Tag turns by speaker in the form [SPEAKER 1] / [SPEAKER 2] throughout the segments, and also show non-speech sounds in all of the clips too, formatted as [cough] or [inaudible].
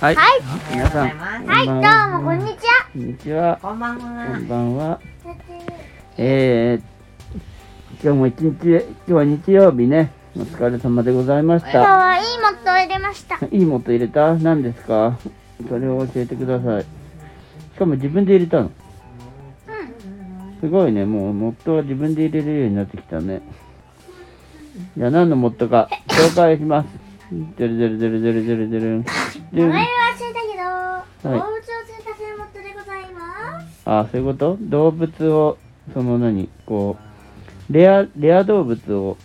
[SPEAKER 1] はい。
[SPEAKER 2] はい
[SPEAKER 1] 皆さん、
[SPEAKER 2] はい、
[SPEAKER 1] こんばん
[SPEAKER 2] どうも、こんにちは。
[SPEAKER 1] こんにちは。
[SPEAKER 3] こんばん
[SPEAKER 1] こ
[SPEAKER 3] は。
[SPEAKER 1] んばんは。えー、今日も一日、今日は日曜日ね、お疲れ様でございまし
[SPEAKER 2] 今日
[SPEAKER 1] た。
[SPEAKER 2] はいいモットを入れました。
[SPEAKER 1] いいもと入れた何ですかそれを教えてください。しかも自分で入れたの。すごいね、もうモットは自分で入れるようになってきたね。じゃあ何のモットか紹介します。ドゥルドゥルドゥルドゥルドゥルドゥ
[SPEAKER 2] [laughs]
[SPEAKER 1] ルン。ドゥ
[SPEAKER 2] 名
[SPEAKER 1] ルン
[SPEAKER 2] 前は忘れたけど、動物を追加するモットでございます。
[SPEAKER 1] あそういうこと動物をその何こうレアレア動物を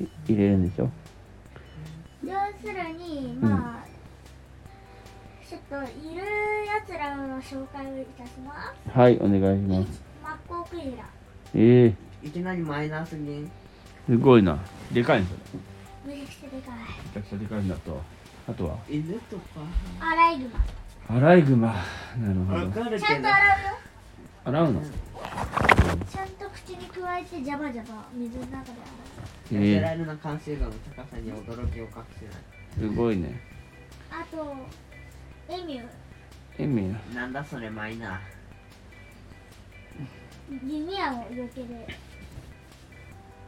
[SPEAKER 1] い入れるんでしょ
[SPEAKER 2] 要するに、まあ、ちょっといる奴らの紹介をいたします。
[SPEAKER 1] はいお願いします
[SPEAKER 2] マッコウクジラ、
[SPEAKER 1] ええ
[SPEAKER 3] いきなりマイナスに。
[SPEAKER 1] すごいなでかいんだめ
[SPEAKER 2] めちゃくちゃでかい。
[SPEAKER 1] ちゃくちゃでかいんだとあとは
[SPEAKER 3] 犬とか。
[SPEAKER 2] アライグマ。
[SPEAKER 1] アライグマなる
[SPEAKER 3] わ
[SPEAKER 1] ほど
[SPEAKER 3] かる
[SPEAKER 2] ちゃ
[SPEAKER 3] け
[SPEAKER 2] ん
[SPEAKER 3] ど
[SPEAKER 2] と。洗うよ。
[SPEAKER 1] 洗うの
[SPEAKER 2] ちゃんと口に加えて、ジャバジャバ、水の中で洗
[SPEAKER 1] え
[SPEAKER 3] ジェラ
[SPEAKER 1] え
[SPEAKER 3] ルの関数がの高さに驚きを隠せな
[SPEAKER 1] すごいね
[SPEAKER 2] う。あと、エミュー。
[SPEAKER 1] エミュ
[SPEAKER 3] い。なんだそれマイナ
[SPEAKER 2] 弓矢を避ける。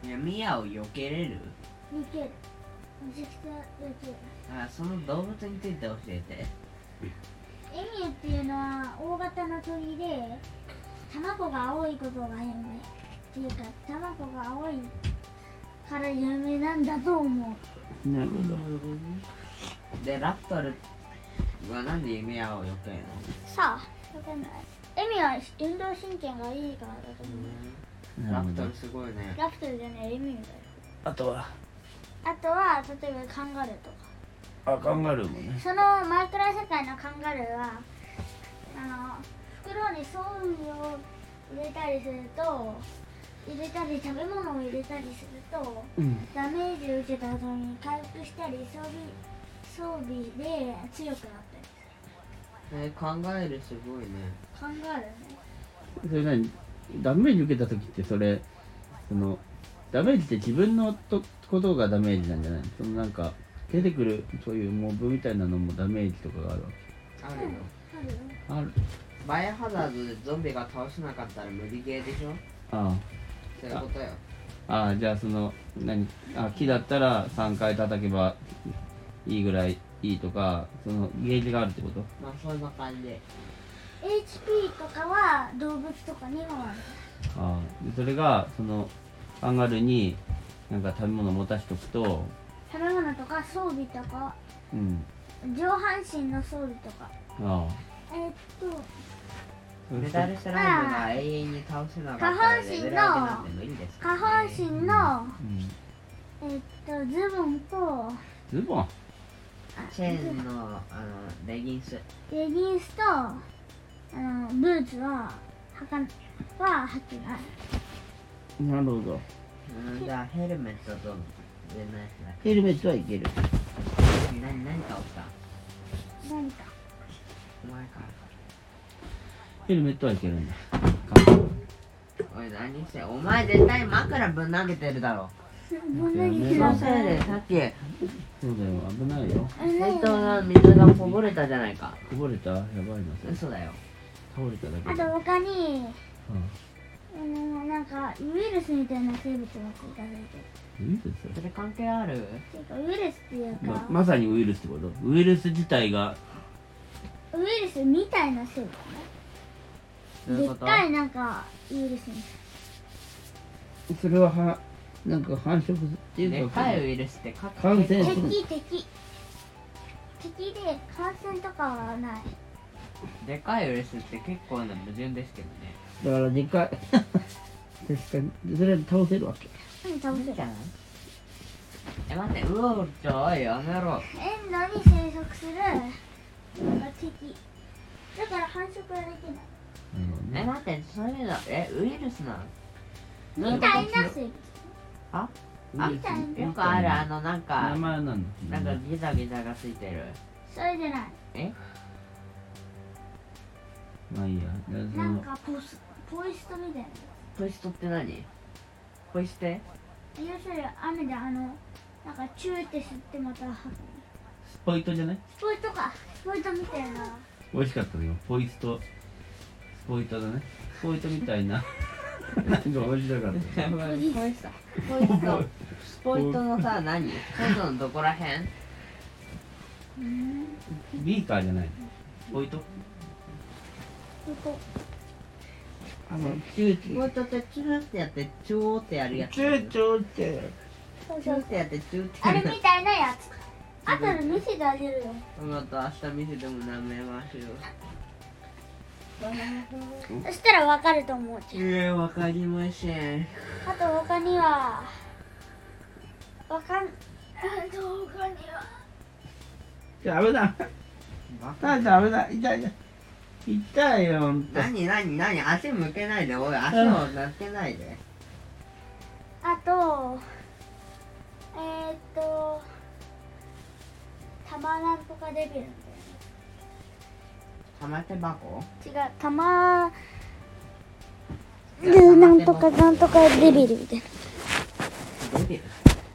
[SPEAKER 3] ー。いや、ミヤを避けれる
[SPEAKER 2] 避ける。めちゃくちゃ避ける。
[SPEAKER 3] あ、その動物について教えて。
[SPEAKER 2] エミューっていうのは大型の鳥で卵が青いことが有名っていうか卵が青いから有名なんだと思う
[SPEAKER 1] なるほど
[SPEAKER 3] で、ラプトルはなんでミヤを避けるの
[SPEAKER 2] さあわかんないエミューは運動神経がいいからだと思う
[SPEAKER 3] ラプトルすごいね。
[SPEAKER 2] ラプトルじゃないエミューだよ
[SPEAKER 1] あとは
[SPEAKER 2] あとは例えばカンガルーとか
[SPEAKER 1] あカンガルーもね
[SPEAKER 2] そのマイクラ世界のカンガルーはあの袋にソースを入れたりすると入れたり食べ物を入れたりすると
[SPEAKER 1] うん
[SPEAKER 2] ダメージを受けた後に回復したり装備装備で強くなったり
[SPEAKER 3] えー、考えるすごいね。
[SPEAKER 2] 考えるね
[SPEAKER 1] それ何ダメージ受けた時ってそれそのダメージって自分のとことがダメージなんじゃないそのなんか出てくるそういうモブみたいなのもダメージとかがあるわけ
[SPEAKER 3] あるよ。
[SPEAKER 2] あ
[SPEAKER 1] あ
[SPEAKER 2] るよ
[SPEAKER 1] る
[SPEAKER 3] バイオハザードでゾンビが倒せなかったら無理ゲーでしょ
[SPEAKER 1] あ
[SPEAKER 3] そういうことよ。
[SPEAKER 1] あああじゃあその何あ木だったら3回叩けばいいぐらいいいとかそのゲージがあるってこと
[SPEAKER 3] まあ、そんな感じで。
[SPEAKER 2] HP とかは動物とかにもある
[SPEAKER 1] ああでそれがそのカンガルーになんか食べ物を持たしとくと
[SPEAKER 2] 食べ物とか装備とか
[SPEAKER 1] うん
[SPEAKER 2] 上半身の装備と
[SPEAKER 1] あ
[SPEAKER 2] か
[SPEAKER 1] あ
[SPEAKER 2] えーっと
[SPEAKER 3] メタルスライムが永遠に倒せなかったらレベル上げなんて無理ですから
[SPEAKER 2] 下
[SPEAKER 3] ね
[SPEAKER 2] 半身の
[SPEAKER 1] うん
[SPEAKER 2] えーっとズボンと
[SPEAKER 1] ズボン
[SPEAKER 3] チェーンのあのレギンス
[SPEAKER 2] レギンスとあのブーツははかは履けない
[SPEAKER 1] なるほど
[SPEAKER 3] うんじゃあヘルメットと上のやつだ
[SPEAKER 1] ヘルメットはいける
[SPEAKER 3] け何何か起きた
[SPEAKER 2] 何か
[SPEAKER 3] お前か
[SPEAKER 1] ヘルメットはいけるんだ。
[SPEAKER 3] おい何してお前絶対枕ぶん投げてるだろ
[SPEAKER 2] ぶん投げて
[SPEAKER 3] そ
[SPEAKER 2] な
[SPEAKER 3] の
[SPEAKER 2] い
[SPEAKER 3] せいでさっき水
[SPEAKER 1] そうだよ、危ないよ。
[SPEAKER 2] 何
[SPEAKER 3] 筒の水がこぼれたじゃないか
[SPEAKER 1] こぼれたやばいな、それ。
[SPEAKER 3] 嘘だよ
[SPEAKER 1] 倒れただ
[SPEAKER 2] あ
[SPEAKER 1] け
[SPEAKER 2] と
[SPEAKER 1] で。
[SPEAKER 2] 他に
[SPEAKER 1] うん
[SPEAKER 2] あのなんかウイルスみたいな生物が追加されてる
[SPEAKER 1] ウイル
[SPEAKER 3] それ関係ある
[SPEAKER 2] っていうかウイルスっていう
[SPEAKER 1] スま
[SPEAKER 2] か、
[SPEAKER 1] まさにウイルスってことウイルス自体が、
[SPEAKER 2] ウイルスみたいな生物
[SPEAKER 3] どう
[SPEAKER 2] ねで
[SPEAKER 3] いうこ
[SPEAKER 2] っ
[SPEAKER 3] と
[SPEAKER 2] かいなんかウイルスみたい
[SPEAKER 1] それはは、なんか繁殖って
[SPEAKER 3] で
[SPEAKER 1] いう
[SPEAKER 3] っ
[SPEAKER 1] か、
[SPEAKER 3] かいウイルスってか
[SPEAKER 1] 感染
[SPEAKER 2] な
[SPEAKER 1] えそう
[SPEAKER 2] 敵敵敵で感染とかはない
[SPEAKER 3] でっかいウイルスって結構な矛盾ですけどね
[SPEAKER 1] だからでかい。 [laughs] 確かに、それは倒せるわけ。
[SPEAKER 2] 何倒せる
[SPEAKER 3] え、待って、うおちょ、おい、やめろ。
[SPEAKER 2] 遠野に生息する敵だから繁殖はできない
[SPEAKER 3] え、待って、そういうの、え、ウイルスなの
[SPEAKER 2] みたいな生物
[SPEAKER 3] あ、
[SPEAKER 1] ウイルス
[SPEAKER 2] あ
[SPEAKER 3] よくある、あの、なんか
[SPEAKER 1] 名、前なんだ。
[SPEAKER 3] なんかギザギザがついてる。
[SPEAKER 2] それでない
[SPEAKER 1] まあいいや。だからそ
[SPEAKER 2] なん
[SPEAKER 1] の
[SPEAKER 2] かポスポイストみたいな
[SPEAKER 3] ポイストって何ポイ捨て
[SPEAKER 2] 要するに雨であのなんかチューって吸ってまた吐く
[SPEAKER 4] スポイトじゃない
[SPEAKER 2] スポイトかスポイトみたいな
[SPEAKER 4] 美味しかったのよポイストスポイトだねスポイトみたい
[SPEAKER 3] [laughs]
[SPEAKER 4] ななんか面白かった
[SPEAKER 3] やばいスポイトスポイトスポイトのさ何スポイトのどこら辺
[SPEAKER 4] ビーカーじゃないスポイト
[SPEAKER 2] ここ
[SPEAKER 3] あのチューチュースポイトってチューってやってチューってやるやつチューチューって
[SPEAKER 2] そう
[SPEAKER 3] チ
[SPEAKER 2] そ
[SPEAKER 3] ュー
[SPEAKER 2] う
[SPEAKER 3] ってやってチューって
[SPEAKER 2] あ
[SPEAKER 3] や
[SPEAKER 2] れ
[SPEAKER 3] る
[SPEAKER 2] みたいなやつあとで見せてあげるよ
[SPEAKER 3] また明日見せても舐めましょう
[SPEAKER 2] そしたらわかると思うじゃん
[SPEAKER 3] えー、わかりません。
[SPEAKER 2] あと他にはわかんあと他には
[SPEAKER 1] ダメだあダメだ痛い痛い痛いよほんと
[SPEAKER 3] なになになに足向けないで、おい、足をなってないで。
[SPEAKER 2] あとえー、っと玉なんとかデビューみ
[SPEAKER 3] 玉手箱
[SPEAKER 2] たいな違う玉なんとかなんとかデビルみたいな
[SPEAKER 3] デビル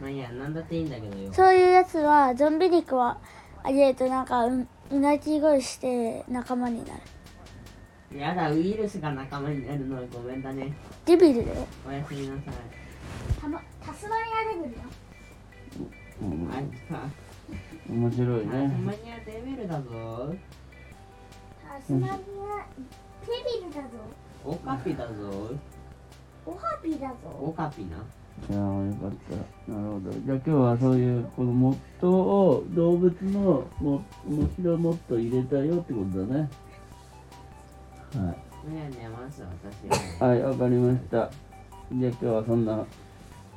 [SPEAKER 3] まあいいや、なんだっていいんだけどよ。
[SPEAKER 2] そういうやつはゾンビ肉はあげるとなんかううなぎ声して仲間になる
[SPEAKER 3] やだ、ウイルスが仲間になるのはごめんだね。
[SPEAKER 2] デビルだよ
[SPEAKER 3] おやすみなさい。
[SPEAKER 2] たまタスマニアデビルだよ
[SPEAKER 3] あいつか、
[SPEAKER 1] 面白い
[SPEAKER 3] タス
[SPEAKER 1] ね
[SPEAKER 3] マニアデビルだぞ。
[SPEAKER 2] タスマニアデビルだぞ
[SPEAKER 3] オカピだぞ。
[SPEAKER 2] オハピだぞ
[SPEAKER 3] オカピな。
[SPEAKER 1] いやよかったなるほどじゃあ今日はそういうこのモットーを動物のも面白いモットー入れたよってことだねはい
[SPEAKER 3] いやね、まず私は。
[SPEAKER 1] はい、わかりました。じゃあ今日はそんな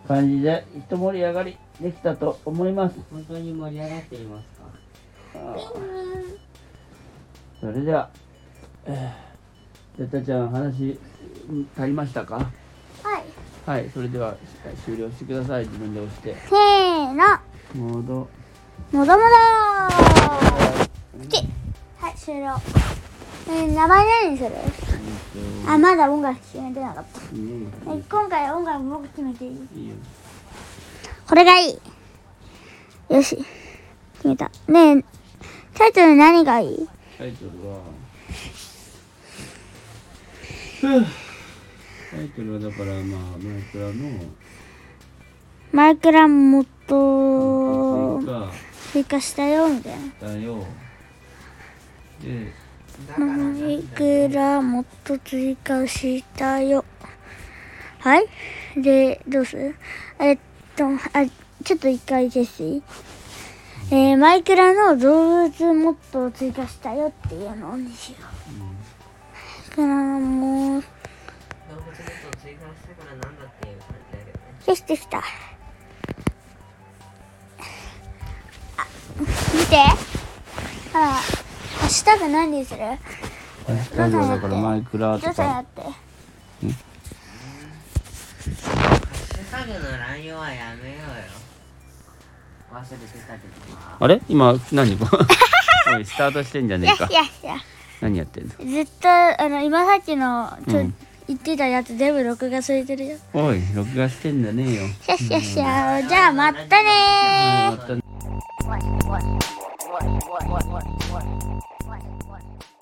[SPEAKER 1] 感じで一盛り上がりできたと思います。
[SPEAKER 3] 本当に盛り上がっていますか
[SPEAKER 1] あー
[SPEAKER 2] うん
[SPEAKER 1] それでは、えー、ジャタちゃん話うん足りましたか
[SPEAKER 2] はい
[SPEAKER 1] はい、それでは終了してください。自分で押して。
[SPEAKER 2] せーの
[SPEAKER 1] モード。
[SPEAKER 2] もだもだーきはい終了えー名前何にするあまだ音楽決めてなかった
[SPEAKER 1] いいね
[SPEAKER 2] え今回音楽僕決めていい
[SPEAKER 1] いいよ。
[SPEAKER 2] これがいいよし決めたねえタイトル何がいい
[SPEAKER 1] タイトルは。ふぅタイトルはだからまあ、マイクラの
[SPEAKER 2] マイクラもっと
[SPEAKER 1] 追加
[SPEAKER 2] 追加したよみたいな
[SPEAKER 1] だよ。で、
[SPEAKER 2] マイクラもっと追加したよ。はいで、どうするえっと、あ、ちょっと一回消していいえーマイクラの動物もっと追加したよっていうのにしよう。マイクラもう
[SPEAKER 3] 動物のことを追加したからなんだっていう感じだけどね。
[SPEAKER 2] 消してきた。あ、見て。ほら、明日が何にする
[SPEAKER 1] ラジオだからマイクラ
[SPEAKER 2] ど
[SPEAKER 1] と
[SPEAKER 2] うぞや
[SPEAKER 1] か。
[SPEAKER 2] って。
[SPEAKER 3] ハッシュタグの乱用はやめようよ。忘れてたけどな。
[SPEAKER 1] あれ今何 [laughs] おいスタートしてんじゃね
[SPEAKER 2] よ
[SPEAKER 1] えか
[SPEAKER 2] しよしよし。
[SPEAKER 1] 何やってんの
[SPEAKER 2] ずっとあの今さっきのちょ、
[SPEAKER 1] うん
[SPEAKER 2] 言ってたやつ全部録画されてるよ。
[SPEAKER 1] おい録画してんじゃねえよ
[SPEAKER 2] シャッシャッシャーじゃあまたねー。
[SPEAKER 1] あー終わった